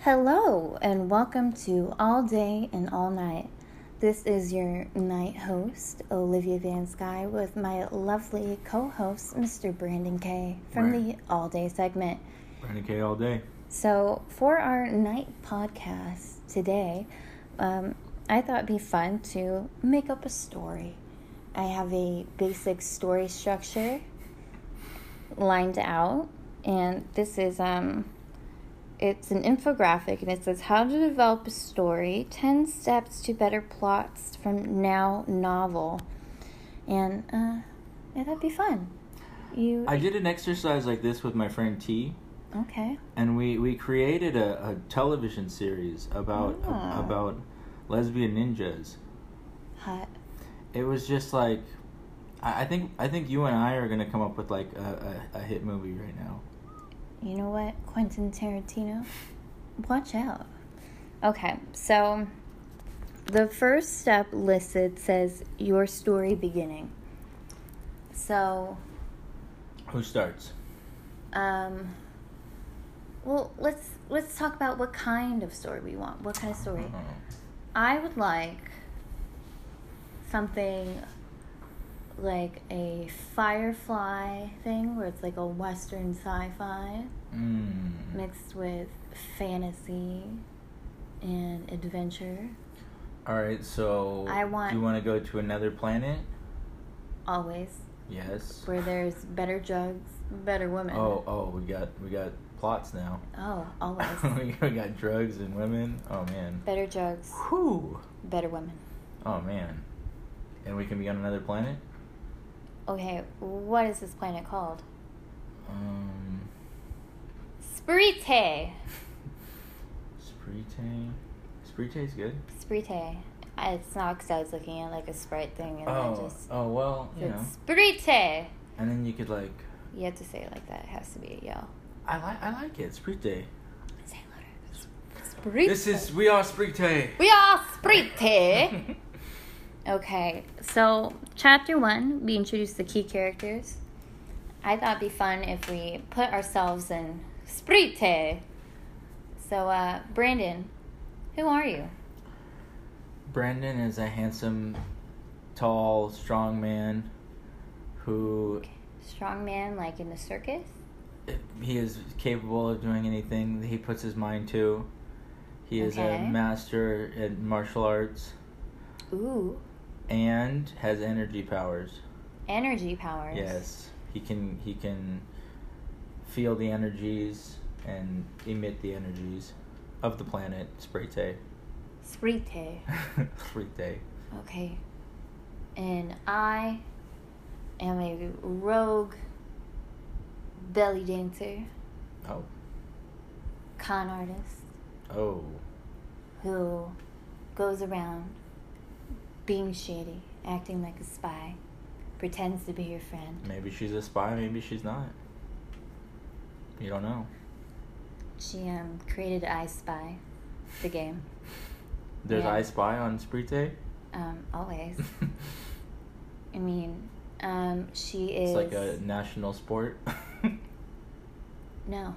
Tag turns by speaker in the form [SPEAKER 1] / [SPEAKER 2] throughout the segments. [SPEAKER 1] Hello, and welcome to All Day and All Night. This is your night host, Olivia Van Sky, with my lovely co host, Mr. Brandon Kay, from
[SPEAKER 2] Right.
[SPEAKER 1] the All Day segment.
[SPEAKER 2] Brandon K all day.
[SPEAKER 1] So, for our night podcast today, um, I thought it'd be fun to make up a story. I have a basic story structure lined out, and this is um, it's an infographic, and it says how to develop a story: ten steps to better plots from now novel, and uh, I thought it'd be fun. You
[SPEAKER 2] I did an exercise like this with my friend T,
[SPEAKER 1] okay?
[SPEAKER 2] and we we created a, a television series about
[SPEAKER 1] Ah.
[SPEAKER 2] about lesbian ninjas.
[SPEAKER 1] Hot.
[SPEAKER 2] It was just like, I, I think I think you and I are gonna come up with like a, a, a hit movie right now.
[SPEAKER 1] You know what, Quentin Tarantino? Watch out. Okay, so the first step listed says your story beginning. So,
[SPEAKER 2] Who starts?
[SPEAKER 1] um well, let's let's talk about what kind of story we want. What kind of story?
[SPEAKER 2] Mm-hmm. Oh.
[SPEAKER 1] I would like something like a Firefly thing where it's like a western sci-fi.
[SPEAKER 2] Mm.
[SPEAKER 1] mixed with fantasy and adventure.
[SPEAKER 2] All right, so
[SPEAKER 1] I want-
[SPEAKER 2] Do you want to go to another planet?
[SPEAKER 1] Always
[SPEAKER 2] Yes.
[SPEAKER 1] where there's better drugs, better women.
[SPEAKER 2] Oh oh, we got we got plots now.
[SPEAKER 1] Oh, always.
[SPEAKER 2] we got drugs and women. Oh man.
[SPEAKER 1] better drugs,
[SPEAKER 2] Whew.
[SPEAKER 1] better women.
[SPEAKER 2] Oh man. And we can be on another planet?
[SPEAKER 1] Okay, what is this planet called?
[SPEAKER 2] Um
[SPEAKER 1] Sprite.
[SPEAKER 2] Sprite. Sprite is good.
[SPEAKER 1] Sprite. I- It's not because I was looking at like a Sprite thing and I
[SPEAKER 2] Oh,
[SPEAKER 1] just.
[SPEAKER 2] oh well, you know.
[SPEAKER 1] It's Sprite.
[SPEAKER 2] And then you could like
[SPEAKER 1] You have to say it like that. It has to be a yell.
[SPEAKER 2] I like I like it. Sprite.
[SPEAKER 1] Say it louder. Sprite.
[SPEAKER 2] This is we are Sprite.
[SPEAKER 1] We are Sprite. Okay, so chapter one, we introduce the key characters. I thought it'd be fun if we put ourselves in Sprite. So, uh, Brandon, who are you?
[SPEAKER 2] Brandon is a handsome, tall, strong man who
[SPEAKER 1] Strong man, like in the circus?
[SPEAKER 2] he is capable of doing anything that he puts his mind to. He is
[SPEAKER 1] Okay.
[SPEAKER 2] a master at martial arts
[SPEAKER 1] Ooh,
[SPEAKER 2] and has energy powers.
[SPEAKER 1] energy powers.
[SPEAKER 2] Yes, he can. He can feel the energies and emit the energies of the planet Sprite.
[SPEAKER 1] Sprite.
[SPEAKER 2] Sprite.
[SPEAKER 1] Okay. And I am a rogue belly dancer,
[SPEAKER 2] Oh,
[SPEAKER 1] con artist.
[SPEAKER 2] oh,
[SPEAKER 1] who goes around being shady, acting like a spy, pretends to be your friend.
[SPEAKER 2] maybe she's a spy. Maybe she's not. You don't know.
[SPEAKER 1] She um, created I Spy, the game,
[SPEAKER 2] There's
[SPEAKER 1] Yeah.
[SPEAKER 2] I Spy on Sprite.
[SPEAKER 1] um, always.
[SPEAKER 2] it's
[SPEAKER 1] I mean, um, she is.
[SPEAKER 2] like a national sport.
[SPEAKER 1] No,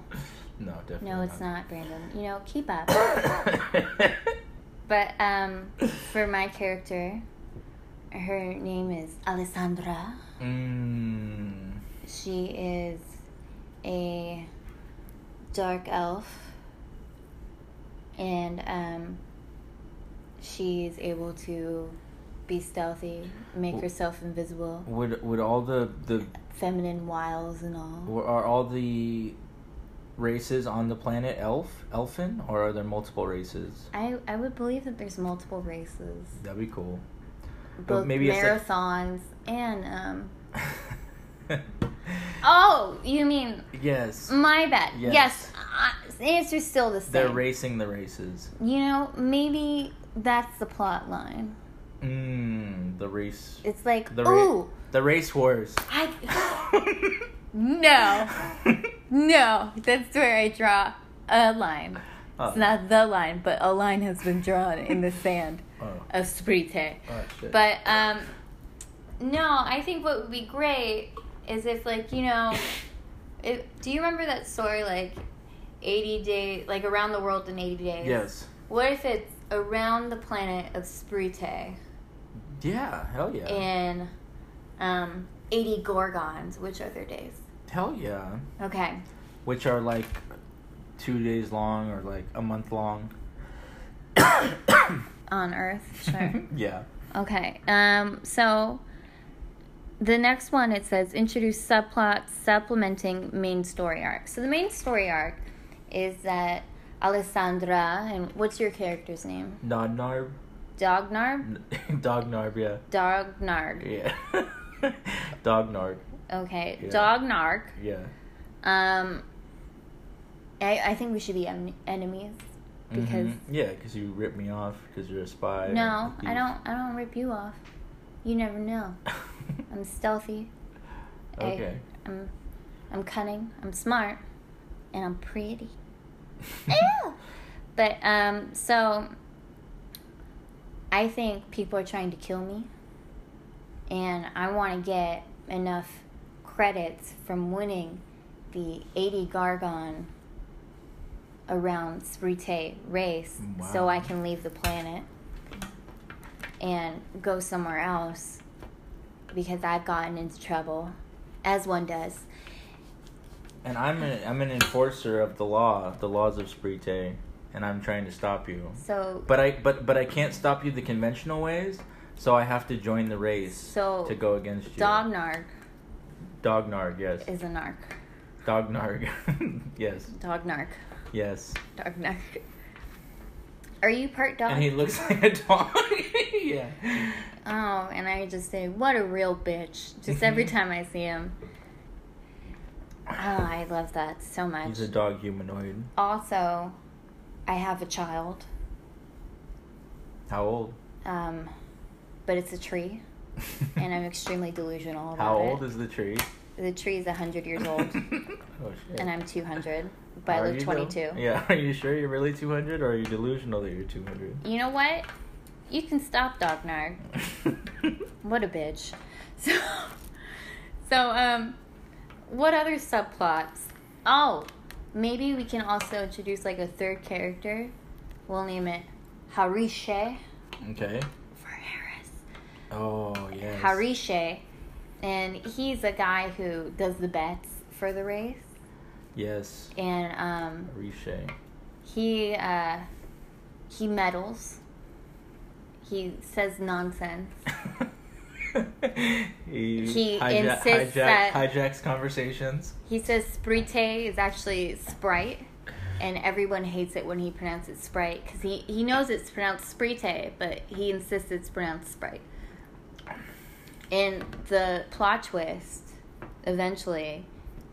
[SPEAKER 2] no, definitely.
[SPEAKER 1] no, it's not, Brandon. You know, keep up.
[SPEAKER 2] but
[SPEAKER 1] but um, for my character, her name is Alessandra.
[SPEAKER 2] mm,
[SPEAKER 1] She is a dark elf, and um, she's able to be stealthy, make
[SPEAKER 2] W-
[SPEAKER 1] herself invisible,
[SPEAKER 2] would would all the the
[SPEAKER 1] feminine wiles and all.
[SPEAKER 2] Were- Are all the races on the planet elf, elfin, or are there multiple races?
[SPEAKER 1] I, I would believe that there's multiple races,
[SPEAKER 2] That'd be cool.
[SPEAKER 1] both
[SPEAKER 2] maybe it's like-
[SPEAKER 1] marathons and um. Oh, you mean
[SPEAKER 2] yes,
[SPEAKER 1] my bad?
[SPEAKER 2] Yes.
[SPEAKER 1] Yes, I- the answer's still the Mm, same.
[SPEAKER 2] they're racing the races.
[SPEAKER 1] you know, maybe that's the plot line.
[SPEAKER 2] Mmm, the race,
[SPEAKER 1] It's like,
[SPEAKER 2] the
[SPEAKER 1] ooh,
[SPEAKER 2] ra- the race wars.
[SPEAKER 1] I no no. That's where I draw a line.
[SPEAKER 2] Oh.
[SPEAKER 1] It's not the line, but a line has been drawn in the sand
[SPEAKER 2] Oh,
[SPEAKER 1] of Sprite.
[SPEAKER 2] oh, shit.
[SPEAKER 1] But um, no, I think what would be great is if like you know, if, do you remember that story like 80 day like around the world in 80 days.
[SPEAKER 2] Yes.
[SPEAKER 1] What if it's around the planet of Sprite
[SPEAKER 2] Yeah. Hell yeah.
[SPEAKER 1] in um 80 gorgons, which are their days?
[SPEAKER 2] hell yeah.
[SPEAKER 1] Okay.
[SPEAKER 2] Which are like two days long or like a month long.
[SPEAKER 1] On Earth, sure.
[SPEAKER 2] yeah.
[SPEAKER 1] Okay. Um, so the next one it says introduce subplots supplementing main story arc. So the main story arc is that Alessandra and what's your character's name?
[SPEAKER 2] Nodnarb.
[SPEAKER 1] Dognard?
[SPEAKER 2] Dognarb. Yeah.
[SPEAKER 1] Dognard.
[SPEAKER 2] Yeah. Dognarb.
[SPEAKER 1] Okay.
[SPEAKER 2] Yeah.
[SPEAKER 1] Dognard.
[SPEAKER 2] Yeah.
[SPEAKER 1] Um I, I think we should be em- enemies because
[SPEAKER 2] Mhm. yeah, because you ripped me off because you're a spy. and
[SPEAKER 1] no,
[SPEAKER 2] a thief.
[SPEAKER 1] I don't I don't rip you off. You never know. I'm stealthy. I-
[SPEAKER 2] okay.
[SPEAKER 1] I'm, I'm cunning. I'm smart, and I'm pretty. Ew! But um, so I think people are trying to kill me, and I want to get enough credits from winning the eighty Gargon around Sprite race, so
[SPEAKER 2] Wow.
[SPEAKER 1] I can leave the planet and go somewhere else because I've gotten into trouble, as one does.
[SPEAKER 2] and I'm an I'm an enforcer of the law, the laws of Sprite, and I'm trying to stop you.
[SPEAKER 1] So,
[SPEAKER 2] But I but but I can't stop you the conventional ways, so I have to join the race
[SPEAKER 1] So,
[SPEAKER 2] to go against you.
[SPEAKER 1] Dognarg
[SPEAKER 2] Dognarg, yes.
[SPEAKER 1] is a narc.
[SPEAKER 2] Dognarg, yes,
[SPEAKER 1] Dognarg.
[SPEAKER 2] yes.
[SPEAKER 1] Dognarg. Are you part dog?
[SPEAKER 2] And he looks like a dog. yeah.
[SPEAKER 1] oh, and I just say, what a real bitch. Just every time I see him. Oh, I love that so much. Oh.
[SPEAKER 2] He's a dog humanoid.
[SPEAKER 1] also, I have a child,
[SPEAKER 2] How old?
[SPEAKER 1] um, but it's a tree, and I'm extremely delusional about
[SPEAKER 2] How
[SPEAKER 1] it.
[SPEAKER 2] old is the tree?
[SPEAKER 1] The tree is 100 years old,
[SPEAKER 2] Oh shit.
[SPEAKER 1] and I'm 200, but I
[SPEAKER 2] Are you
[SPEAKER 1] look
[SPEAKER 2] though?
[SPEAKER 1] 22.
[SPEAKER 2] Yeah, are you sure you're really 200 or are you delusional that you're 200?
[SPEAKER 1] You know what? You can stop Dognard. What a bitch. So, so um, what other subplots? Oh, maybe we can also introduce like a third character. We'll name it Harishe
[SPEAKER 2] okay.
[SPEAKER 1] for Harris.
[SPEAKER 2] Oh, yes.
[SPEAKER 1] Harishe, and he's a guy who does the bets for the race,
[SPEAKER 2] Yes.
[SPEAKER 1] and um,
[SPEAKER 2] Harish.
[SPEAKER 1] he uh, he meddles. He says nonsense.
[SPEAKER 2] he
[SPEAKER 1] He
[SPEAKER 2] hijack-
[SPEAKER 1] insists
[SPEAKER 2] hijack-
[SPEAKER 1] that-
[SPEAKER 2] hijacks conversations.
[SPEAKER 1] He says Sprite is actually Sprite, and everyone hates it when he pronounces Sprite because he, he knows it's pronounced Sprite, but he insists it's pronounced Sprite. And the plot twist, eventually,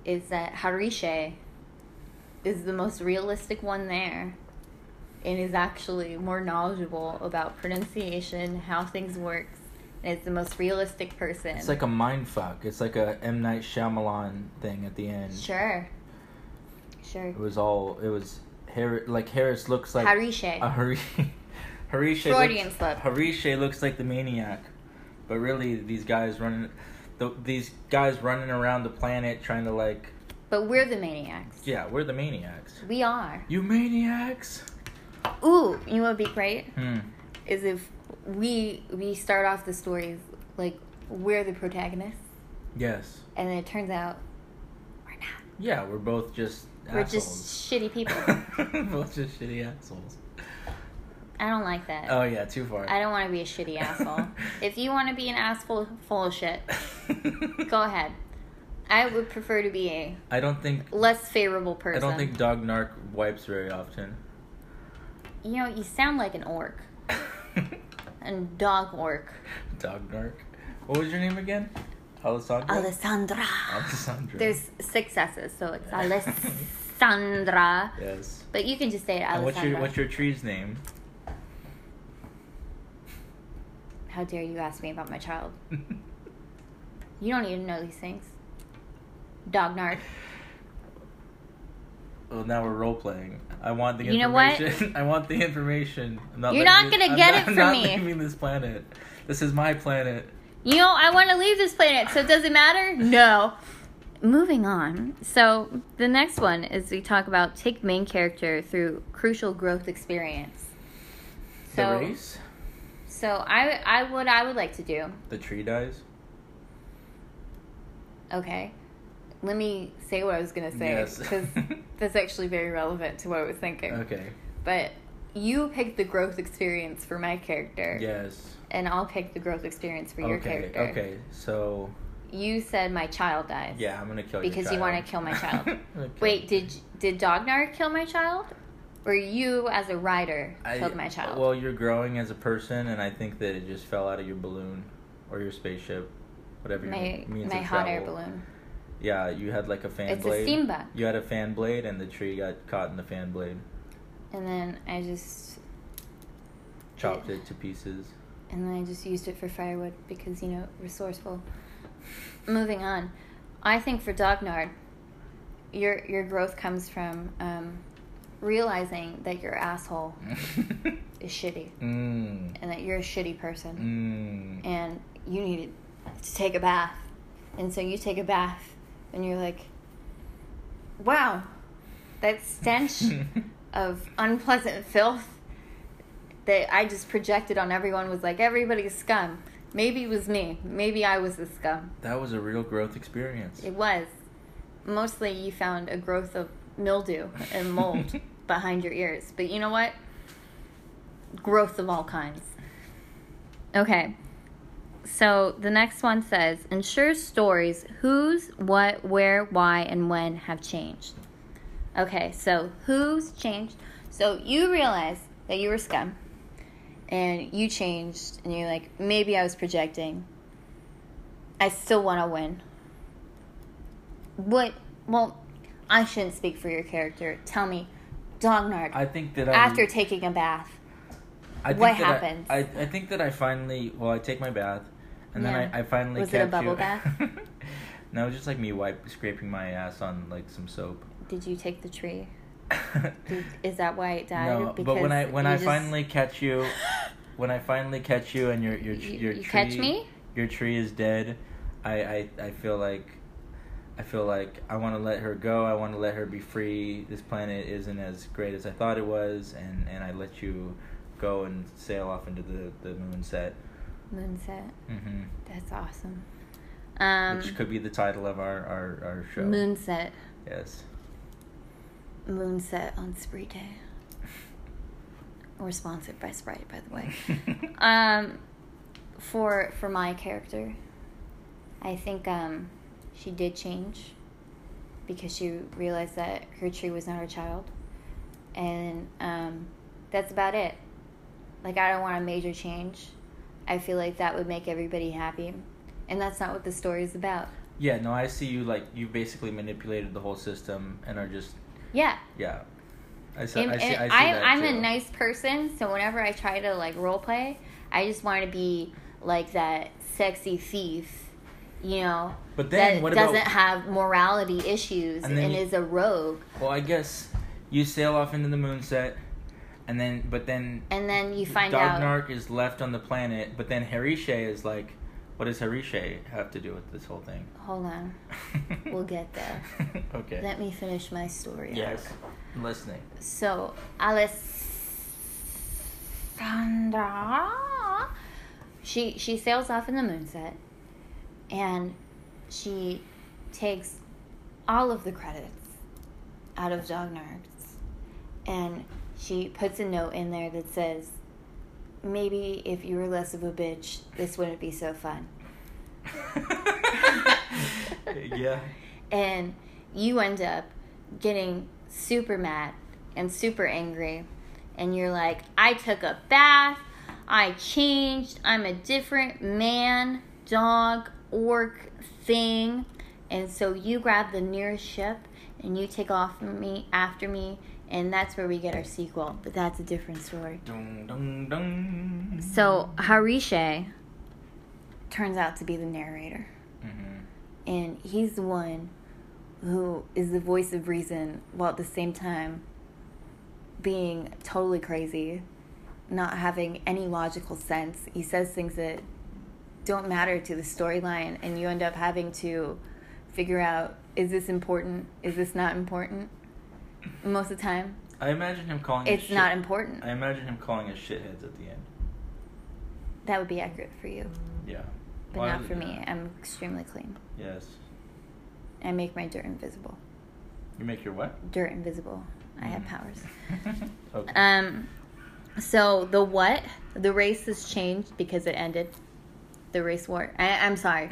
[SPEAKER 1] is that Harishe is the most realistic one there and is actually more knowledgeable about pronunciation, how things work, and is the most realistic person.
[SPEAKER 2] It's like a mind fuck. It's like a M Night Shyamalan thing at the end.
[SPEAKER 1] sure. Sure.
[SPEAKER 2] It was all. It was Har- like Harris looks like
[SPEAKER 1] Harishe.
[SPEAKER 2] a Hari- Harish.
[SPEAKER 1] Freudian
[SPEAKER 2] looks,
[SPEAKER 1] slip.
[SPEAKER 2] Harish looks like the maniac, but really these guys running, the, these guys running around the planet trying to like,
[SPEAKER 1] But we're the maniacs.
[SPEAKER 2] yeah, we're the maniacs.
[SPEAKER 1] We are.
[SPEAKER 2] You maniacs.
[SPEAKER 1] Ooh, you know what would be great?
[SPEAKER 2] Hmm.
[SPEAKER 1] Is if we we start off the stories like we're the protagonists
[SPEAKER 2] Yes.
[SPEAKER 1] and then it turns out we're not.
[SPEAKER 2] Yeah, we're both just
[SPEAKER 1] We're
[SPEAKER 2] assholes.
[SPEAKER 1] just shitty people.
[SPEAKER 2] both just shitty assholes.
[SPEAKER 1] I don't like that.
[SPEAKER 2] Oh yeah, too far.
[SPEAKER 1] I don't want to be a shitty asshole. if you want to be an asshole full of shit, go ahead. I would prefer to be a
[SPEAKER 2] I don't think
[SPEAKER 1] less favorable
[SPEAKER 2] I
[SPEAKER 1] person.
[SPEAKER 2] don't think Dog Narc wipes very often.
[SPEAKER 1] you know, you sound like an orc. And dog orc.
[SPEAKER 2] Dog Narc. What was your name again? Alessandra.
[SPEAKER 1] Alessandra.
[SPEAKER 2] Alessandra.
[SPEAKER 1] There's six S's, so it's Alessandra.
[SPEAKER 2] Yes.
[SPEAKER 1] But you can just say
[SPEAKER 2] And
[SPEAKER 1] Alessandra.
[SPEAKER 2] what's your what's your tree's name?
[SPEAKER 1] How dare you ask me about my child? You don't even know these things. Dognard.
[SPEAKER 2] well, now we're role playing. I want the
[SPEAKER 1] You know what?
[SPEAKER 2] information. I want the information. I'm not
[SPEAKER 1] You're
[SPEAKER 2] letting
[SPEAKER 1] not
[SPEAKER 2] you-
[SPEAKER 1] gonna
[SPEAKER 2] I'm
[SPEAKER 1] get
[SPEAKER 2] not-
[SPEAKER 1] it from
[SPEAKER 2] I'm
[SPEAKER 1] me.
[SPEAKER 2] Not leaving this planet. This is my planet.
[SPEAKER 1] You know, I want to leave this planet, so it doesn't matter? No. moving on. So the next one is we talk about take main character through crucial growth experience. So
[SPEAKER 2] the race,
[SPEAKER 1] so I I what I would like to do.
[SPEAKER 2] the tree dies.
[SPEAKER 1] Okay. Let me say what I was gonna say
[SPEAKER 2] Yes.
[SPEAKER 1] because that's actually very relevant to what I was thinking.
[SPEAKER 2] Okay.
[SPEAKER 1] But you pick the growth experience for my character,
[SPEAKER 2] Yes.
[SPEAKER 1] and I'll pick the growth experience for your
[SPEAKER 2] okay.
[SPEAKER 1] character.
[SPEAKER 2] Okay. So
[SPEAKER 1] You said my child dies.
[SPEAKER 2] yeah, I'm gonna kill
[SPEAKER 1] Because you
[SPEAKER 2] your child.
[SPEAKER 1] wanna kill my child.
[SPEAKER 2] I'm gonna kill-
[SPEAKER 1] Wait, did did Dognar kill my child, or you as a rider
[SPEAKER 2] I-
[SPEAKER 1] killed my child?
[SPEAKER 2] Well, you're growing as a person, and I think that it just fell out of your balloon or your spaceship, whatever your
[SPEAKER 1] my
[SPEAKER 2] me- means
[SPEAKER 1] my
[SPEAKER 2] of
[SPEAKER 1] hot air
[SPEAKER 2] travel.
[SPEAKER 1] balloon.
[SPEAKER 2] Yeah, you had like a fan
[SPEAKER 1] It's a
[SPEAKER 2] blade.
[SPEAKER 1] steam bug.
[SPEAKER 2] You had a fan blade, and the tree got caught in the fan blade,
[SPEAKER 1] And then I just
[SPEAKER 2] chopped it to pieces.
[SPEAKER 1] and then I just used it for firewood because you know resourceful. Moving on, I think for Dognard, your your growth comes from um, realizing that your asshole
[SPEAKER 2] Mm.
[SPEAKER 1] is shitty
[SPEAKER 2] Mmm.
[SPEAKER 1] and that you're a shitty person.
[SPEAKER 2] Mmm.
[SPEAKER 1] and you needed to take a bath. And so you take a bath and you're like, wow, that stench of unpleasant filth that I just projected on everyone was like, everybody's scum. Maybe it was me. Maybe I was the scum.
[SPEAKER 2] That was a real growth experience.
[SPEAKER 1] It was. Mostly you found a growth of mildew and mold behind your ears. But you know what? Growth of all kinds. Okay. So the next one says ensure stories whose, what, where, why, and when have changed. Okay, so who's changed? So you realize that you were scum and you changed and you're like, maybe I was projecting. I still want to win. What? Well, I shouldn't speak for your character. Tell me, Dognard,
[SPEAKER 2] I um, think that I,
[SPEAKER 1] after taking a bath.
[SPEAKER 2] I think
[SPEAKER 1] what
[SPEAKER 2] that I-
[SPEAKER 1] happens?
[SPEAKER 2] I, I think that I finally well I take my bath, and
[SPEAKER 1] Yeah.
[SPEAKER 2] then I, I finally
[SPEAKER 1] Was it a
[SPEAKER 2] catch
[SPEAKER 1] bubble
[SPEAKER 2] you.
[SPEAKER 1] bath?
[SPEAKER 2] no, it was just like me wipe scraping my ass on like some soap.
[SPEAKER 1] Did you take the tree?
[SPEAKER 2] no,
[SPEAKER 1] Did, is that why it died?
[SPEAKER 2] but when I when
[SPEAKER 1] you
[SPEAKER 2] I
[SPEAKER 1] just-
[SPEAKER 2] finally catch you, when I finally catch you and your your
[SPEAKER 1] You-
[SPEAKER 2] your
[SPEAKER 1] you
[SPEAKER 2] tree
[SPEAKER 1] catch me?
[SPEAKER 2] your tree is dead, I I, I feel like. I feel like I want to let her go. I want to let her be free. This planet isn't as great as I thought it was, and, and I let you go and sail off into the the moonset.
[SPEAKER 1] Moonset.
[SPEAKER 2] Mm-hmm.
[SPEAKER 1] That's awesome. Um,
[SPEAKER 2] Which could be the title of our our, our show.
[SPEAKER 1] Moonset.
[SPEAKER 2] Yes.
[SPEAKER 1] Moonset on Spree Day. We're sponsored by Sprite, by the way. um, for for my character, I think um, she did change because she realized that her tree was not her child, and um, that's about it. Like I don't want a major change. I feel like that would make everybody happy, and that's not what the story is about.
[SPEAKER 2] Yeah. No, I see you like you basically manipulated the whole system and are just
[SPEAKER 1] Yeah,
[SPEAKER 2] yeah. I see. I
[SPEAKER 1] And-
[SPEAKER 2] see, I see
[SPEAKER 1] and
[SPEAKER 2] that
[SPEAKER 1] eh, I'm
[SPEAKER 2] too.
[SPEAKER 1] a nice person, so whenever I try to like role play, I just want to be like that sexy thief, you know,
[SPEAKER 2] But then
[SPEAKER 1] that
[SPEAKER 2] what about-
[SPEAKER 1] doesn't have morality issues
[SPEAKER 2] And
[SPEAKER 1] and,
[SPEAKER 2] then you-
[SPEAKER 1] is a rogue.
[SPEAKER 2] Well, I guess you sail off into the moonset, and then but then
[SPEAKER 1] And then you find out
[SPEAKER 2] Dognark is left on the planet. But then Harishe is like, what does Harishe have to do with this whole thing?
[SPEAKER 1] Hold on. We'll get there.
[SPEAKER 2] okay.
[SPEAKER 1] Let me finish my story.
[SPEAKER 2] yes.
[SPEAKER 1] arc.
[SPEAKER 2] I'm listening.
[SPEAKER 1] So, Alessandra, she she sails off in the moonset, and she takes all of the credits out of Dognard's, and she puts a note in there that says, "Maybe if you were less of a bitch, this wouldn't be so fun."
[SPEAKER 2] yeah.
[SPEAKER 1] and you end up getting super mad and super angry and you're like i took a bath i changed i'm a different man dog orc thing and so you grab the nearest ship and you take off from me after me and that's where we get our sequel but that's a different story
[SPEAKER 2] Dun, dun, dun.
[SPEAKER 1] so harishe turns out to be the narrator
[SPEAKER 2] Mhm.
[SPEAKER 1] and he's the one who is the voice of reason while at the same time being totally crazy, not having any logical sense. He says things that don't matter to the storyline, and you end up having to figure out is this important? Is this not important? Most of the time,
[SPEAKER 2] I imagine him calling. us
[SPEAKER 1] it's
[SPEAKER 2] shit-
[SPEAKER 1] not important.
[SPEAKER 2] I imagine him calling us shitheads at the end.
[SPEAKER 1] That would be accurate for you,
[SPEAKER 2] Yeah.
[SPEAKER 1] but
[SPEAKER 2] Why
[SPEAKER 1] not
[SPEAKER 2] would-
[SPEAKER 1] for me. I'm extremely clean.
[SPEAKER 2] Yes.
[SPEAKER 1] I make my dirt invisible.
[SPEAKER 2] You make your what?
[SPEAKER 1] Dirt invisible. I have
[SPEAKER 2] Mm.
[SPEAKER 1] powers.
[SPEAKER 2] okay.
[SPEAKER 1] Um, so the what? The race has changed because it ended. The race war. I, I'm sorry.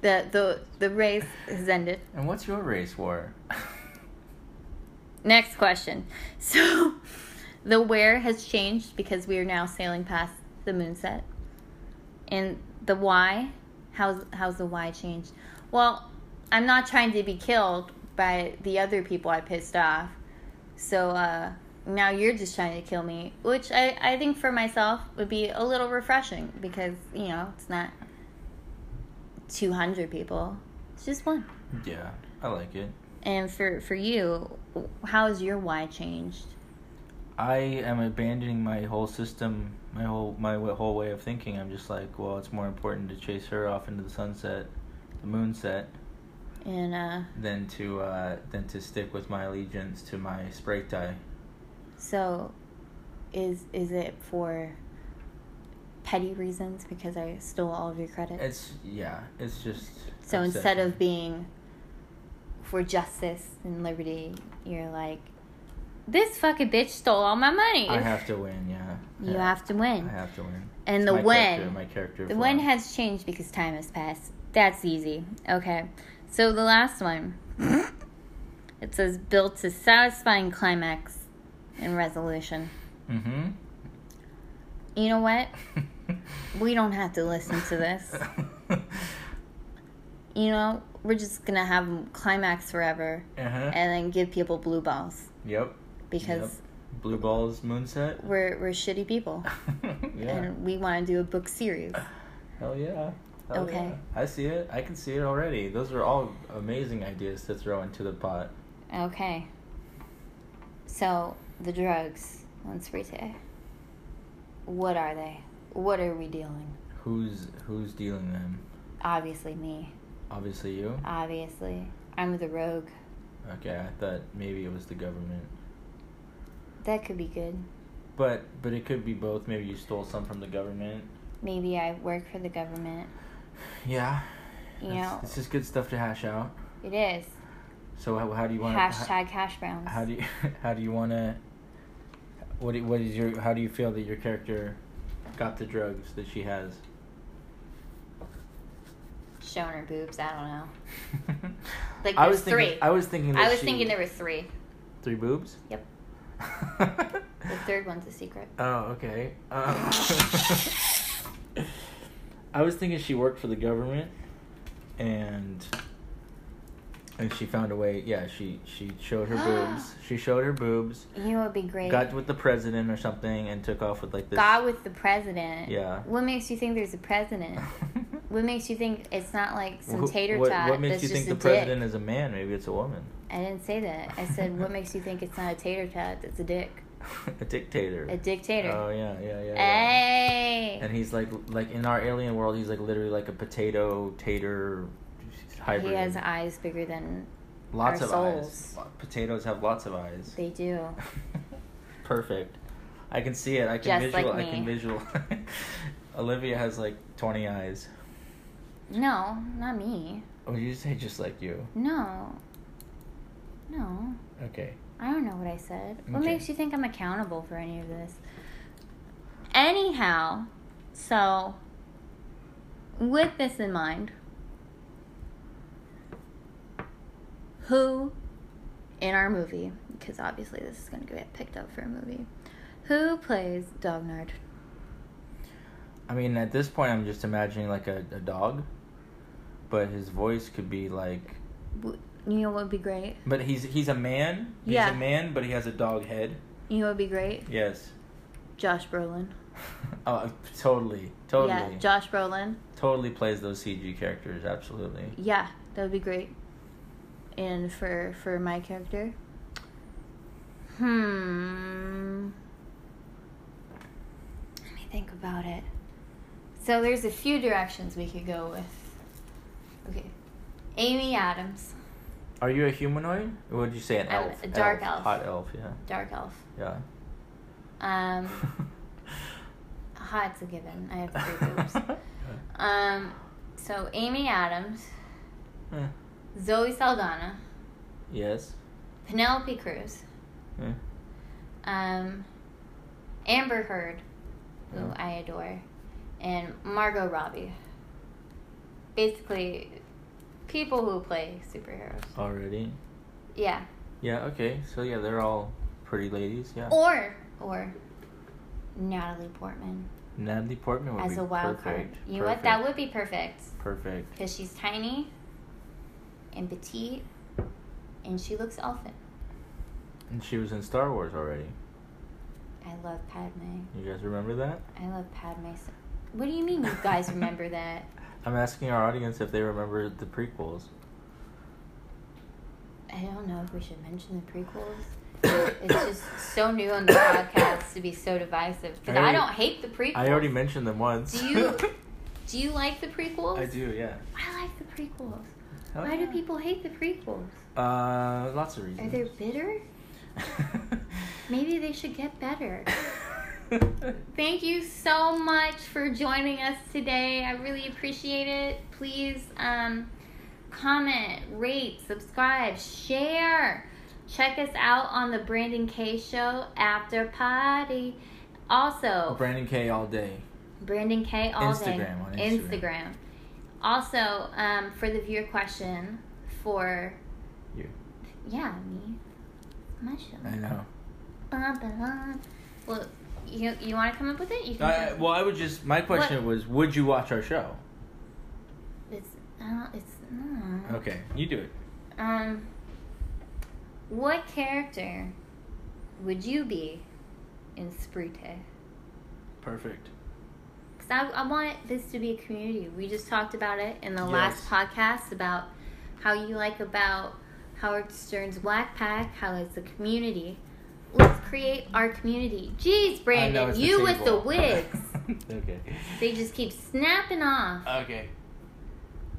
[SPEAKER 1] The the the race has ended.
[SPEAKER 2] and what's your race war?
[SPEAKER 1] Next question. So the where has changed because we are now sailing past the moonset. And the why, how's how's the why changed? Well, I'm not trying to be killed by the other people I pissed off. So uh now you're just trying to kill me, which I, I think for myself would be a little refreshing because, you know, it's not 200 people. It's just one.
[SPEAKER 2] yeah, I like it.
[SPEAKER 1] And for for you, how has your why changed?
[SPEAKER 2] I am abandoning my whole system, my whole my wa- whole way of thinking. I'm just like, well, it's more important to chase her off into the sunset, the moonset,
[SPEAKER 1] And uh,
[SPEAKER 2] than to uh, than to stick with my allegiance to my spray tie.
[SPEAKER 1] so, is is it for petty reasons because I stole all of your credit?
[SPEAKER 2] It's yeah, it's just.
[SPEAKER 1] so instead
[SPEAKER 2] obsession.
[SPEAKER 1] of being for justice and liberty, you're like, this fucking bitch stole all my money.
[SPEAKER 2] I have to win. Yeah.
[SPEAKER 1] You
[SPEAKER 2] Yeah.
[SPEAKER 1] have to win.
[SPEAKER 2] I have to win.
[SPEAKER 1] And
[SPEAKER 2] It's
[SPEAKER 1] the
[SPEAKER 2] my
[SPEAKER 1] when-
[SPEAKER 2] character, my character.
[SPEAKER 1] The
[SPEAKER 2] flaw.
[SPEAKER 1] one has changed because time has passed. That's easy. Okay. So the last one. it says built to satisfying climax and resolution.
[SPEAKER 2] Mm-hmm.
[SPEAKER 1] You know what?
[SPEAKER 2] Mhm.
[SPEAKER 1] We don't have to listen to this.
[SPEAKER 2] Uh-huh.
[SPEAKER 1] You know, we're just going to have 'em climax forever
[SPEAKER 2] uh-huh.
[SPEAKER 1] and then give people blue balls
[SPEAKER 2] Yep.
[SPEAKER 1] because
[SPEAKER 2] Yep. Blue Balls Moonset.
[SPEAKER 1] we're we're shitty people
[SPEAKER 2] yeah.
[SPEAKER 1] and we want to do a book series.
[SPEAKER 2] Hell yeah. Hell
[SPEAKER 1] Okay.
[SPEAKER 2] yeah. I see it. I can see it already. Those are all amazing ideas to throw into the pot.
[SPEAKER 1] Okay. So the drugs on Sprite. What are they? What are we dealing?
[SPEAKER 2] Who's who's dealing them?
[SPEAKER 1] Obviously me.
[SPEAKER 2] Obviously you.
[SPEAKER 1] Uh. Obviously. I'm the rogue.
[SPEAKER 2] Okay, I thought maybe it was the government.
[SPEAKER 1] That could be good.
[SPEAKER 2] But but it could be both. Maybe you stole some from the government.
[SPEAKER 1] Maybe I work for the government.
[SPEAKER 2] Yeah.
[SPEAKER 1] You
[SPEAKER 2] It's-
[SPEAKER 1] know,
[SPEAKER 2] It's just good stuff to hash out.
[SPEAKER 1] it is.
[SPEAKER 2] So how, how do you want
[SPEAKER 1] Hashtag hash browns.
[SPEAKER 2] How do you how do you want to what do- what is your how do you feel that your character got the drugs that she has?
[SPEAKER 1] Showing her boobs. I don't know. Like
[SPEAKER 2] I
[SPEAKER 1] there's
[SPEAKER 2] was thinking,
[SPEAKER 1] three.
[SPEAKER 2] I was thinking. That
[SPEAKER 1] I was
[SPEAKER 2] she-
[SPEAKER 1] thinking there were three.
[SPEAKER 2] three boobs.
[SPEAKER 1] Yep. The
[SPEAKER 2] the
[SPEAKER 1] third one's a secret.
[SPEAKER 2] Oh okay. Um, I was thinking she worked for the government, and and she found a way. Yeah, she she showed her boobs. She showed her boobs.
[SPEAKER 1] You know what would be great?
[SPEAKER 2] Got with the president or something and took off with like this.
[SPEAKER 1] God with the president.
[SPEAKER 2] Yeah.
[SPEAKER 1] What makes you think there's a president? What makes you think it's not like some
[SPEAKER 2] Who-
[SPEAKER 1] tater
[SPEAKER 2] what,
[SPEAKER 1] tot?
[SPEAKER 2] What makes
[SPEAKER 1] that's
[SPEAKER 2] you
[SPEAKER 1] just
[SPEAKER 2] think the
[SPEAKER 1] a
[SPEAKER 2] president
[SPEAKER 1] dick?
[SPEAKER 2] is a man? Maybe it's a woman.
[SPEAKER 1] I didn't say that. I said, what makes you think it's not a tater tot? That's a dick.
[SPEAKER 2] a dictator.
[SPEAKER 1] A dictator.
[SPEAKER 2] Oh yeah, yeah, yeah. yeah.
[SPEAKER 1] hey.
[SPEAKER 2] And he's like, like in our alien world, he's like literally like a potato tater hybrid.
[SPEAKER 1] he has eyes bigger than
[SPEAKER 2] lots
[SPEAKER 1] our
[SPEAKER 2] of
[SPEAKER 1] souls.
[SPEAKER 2] eyes. Potatoes have lots of eyes.
[SPEAKER 1] they do.
[SPEAKER 2] Perfect. I can see it. I can
[SPEAKER 1] Just like
[SPEAKER 2] visual. I can
[SPEAKER 1] me.
[SPEAKER 2] visual. Olivia has like twenty eyes.
[SPEAKER 1] No, not me.
[SPEAKER 2] Oh, you say just like you?
[SPEAKER 1] No. No.
[SPEAKER 2] Okay.
[SPEAKER 1] I don't know what I said. What
[SPEAKER 2] Okay.
[SPEAKER 1] makes you think I'm accountable for any of this? Anyhow, so with this in mind, who in our movie, because obviously this is going to get picked up for a movie, who plays Dognard?
[SPEAKER 2] I mean, at this point, I'm just imagining like a, a dog, but his voice could be like.
[SPEAKER 1] W- You know what would be great?
[SPEAKER 2] But he's he's a man. He's
[SPEAKER 1] Yeah.
[SPEAKER 2] a man, but he has a dog head.
[SPEAKER 1] You know what would be great?
[SPEAKER 2] Yes.
[SPEAKER 1] Josh Brolin.
[SPEAKER 2] Oh, totally, totally,
[SPEAKER 1] Yeah, Josh Brolin.
[SPEAKER 2] totally plays those CG characters. Absolutely.
[SPEAKER 1] Yeah, that would be great. And for for my character, hmm. Let me think about it. So there's a few directions we could go with. Okay, Amy Adams.
[SPEAKER 2] Are you a humanoid? Or would you say an
[SPEAKER 1] I'm
[SPEAKER 2] elf?
[SPEAKER 1] a dark elf.
[SPEAKER 2] Hot elf, yeah.
[SPEAKER 1] Dark elf.
[SPEAKER 2] Yeah.
[SPEAKER 1] Um, hot's a given. I have three boobs. um, so Amy Adams,
[SPEAKER 2] Eh,
[SPEAKER 1] Zoe Saldana,
[SPEAKER 2] Yes.
[SPEAKER 1] Penelope Cruz,
[SPEAKER 2] Eh,
[SPEAKER 1] um, Amber Heard, who
[SPEAKER 2] Yeah.
[SPEAKER 1] I adore, and Margot Robbie. Basically, people who play superheroes.
[SPEAKER 2] Already.
[SPEAKER 1] Yeah.
[SPEAKER 2] Yeah, okay. So yeah, they're all pretty ladies, yeah.
[SPEAKER 1] Or or Natalie Portman
[SPEAKER 2] Natalie Portman would
[SPEAKER 1] as
[SPEAKER 2] be
[SPEAKER 1] a wild card.
[SPEAKER 2] perfect.
[SPEAKER 1] You know
[SPEAKER 2] perfect.
[SPEAKER 1] what? That would be perfect
[SPEAKER 2] perfect.
[SPEAKER 1] because she's tiny and petite, and she looks elfin.
[SPEAKER 2] And she was in Star Wars already.
[SPEAKER 1] I love Padme.
[SPEAKER 2] You guys remember that?
[SPEAKER 1] I love Padme. so- What do you mean you guys remember that?
[SPEAKER 2] I'm asking our audience if they remember the prequels.
[SPEAKER 1] I don't know if we should mention the prequels. It's just so new on the podcast to be so divisive because
[SPEAKER 2] I
[SPEAKER 1] I,
[SPEAKER 2] already-
[SPEAKER 1] don't hate the prequels.
[SPEAKER 2] I already mentioned them once.
[SPEAKER 1] Do you- Do you like the prequels?
[SPEAKER 2] I do, yeah.
[SPEAKER 1] I like the prequels.
[SPEAKER 2] Hell
[SPEAKER 1] Why do
[SPEAKER 2] yeah.
[SPEAKER 1] people hate the prequels?
[SPEAKER 2] Uh, lots of
[SPEAKER 1] Are
[SPEAKER 2] reasons.
[SPEAKER 1] they bitter? Maybe they should get better. Thank you so much for joining us today. I really appreciate it. Please um, comment, rate, subscribe, share. Check us out on the Brandon K Show After Party. Also,
[SPEAKER 2] Brandon K all day.
[SPEAKER 1] Brandon K all day.
[SPEAKER 2] Instagram, on Instagram.
[SPEAKER 1] Instagram. Also, um, for the viewer question, for
[SPEAKER 2] You.
[SPEAKER 1] yeah, me, my show.
[SPEAKER 2] I know.
[SPEAKER 1] Bum, bum, bum. Well, you you want to come up with it? You can.
[SPEAKER 2] I, Uh, well, I would just. My question was, would you watch our show?
[SPEAKER 1] It's I don't, it's not.
[SPEAKER 2] Okay, you do it.
[SPEAKER 1] Um, what character would you be in Sprite?
[SPEAKER 2] Perfect.
[SPEAKER 1] Because I, I want this to be a community. We just talked about it in the last
[SPEAKER 2] Yes.
[SPEAKER 1] podcast about how you like about Howard Stern's Black Pack, how it's a community. Let's create our community. Jeez,
[SPEAKER 2] I know
[SPEAKER 1] Brandon,
[SPEAKER 2] it's
[SPEAKER 1] you with the
[SPEAKER 2] table.
[SPEAKER 1] wigs.
[SPEAKER 2] okay.
[SPEAKER 1] they just keep snapping off.
[SPEAKER 2] Okay.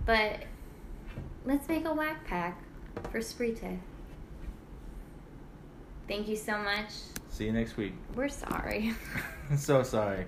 [SPEAKER 1] But let's make a whack pack for Sprite. Thank you so much.
[SPEAKER 2] See you next week.
[SPEAKER 1] We're sorry.
[SPEAKER 2] so sorry.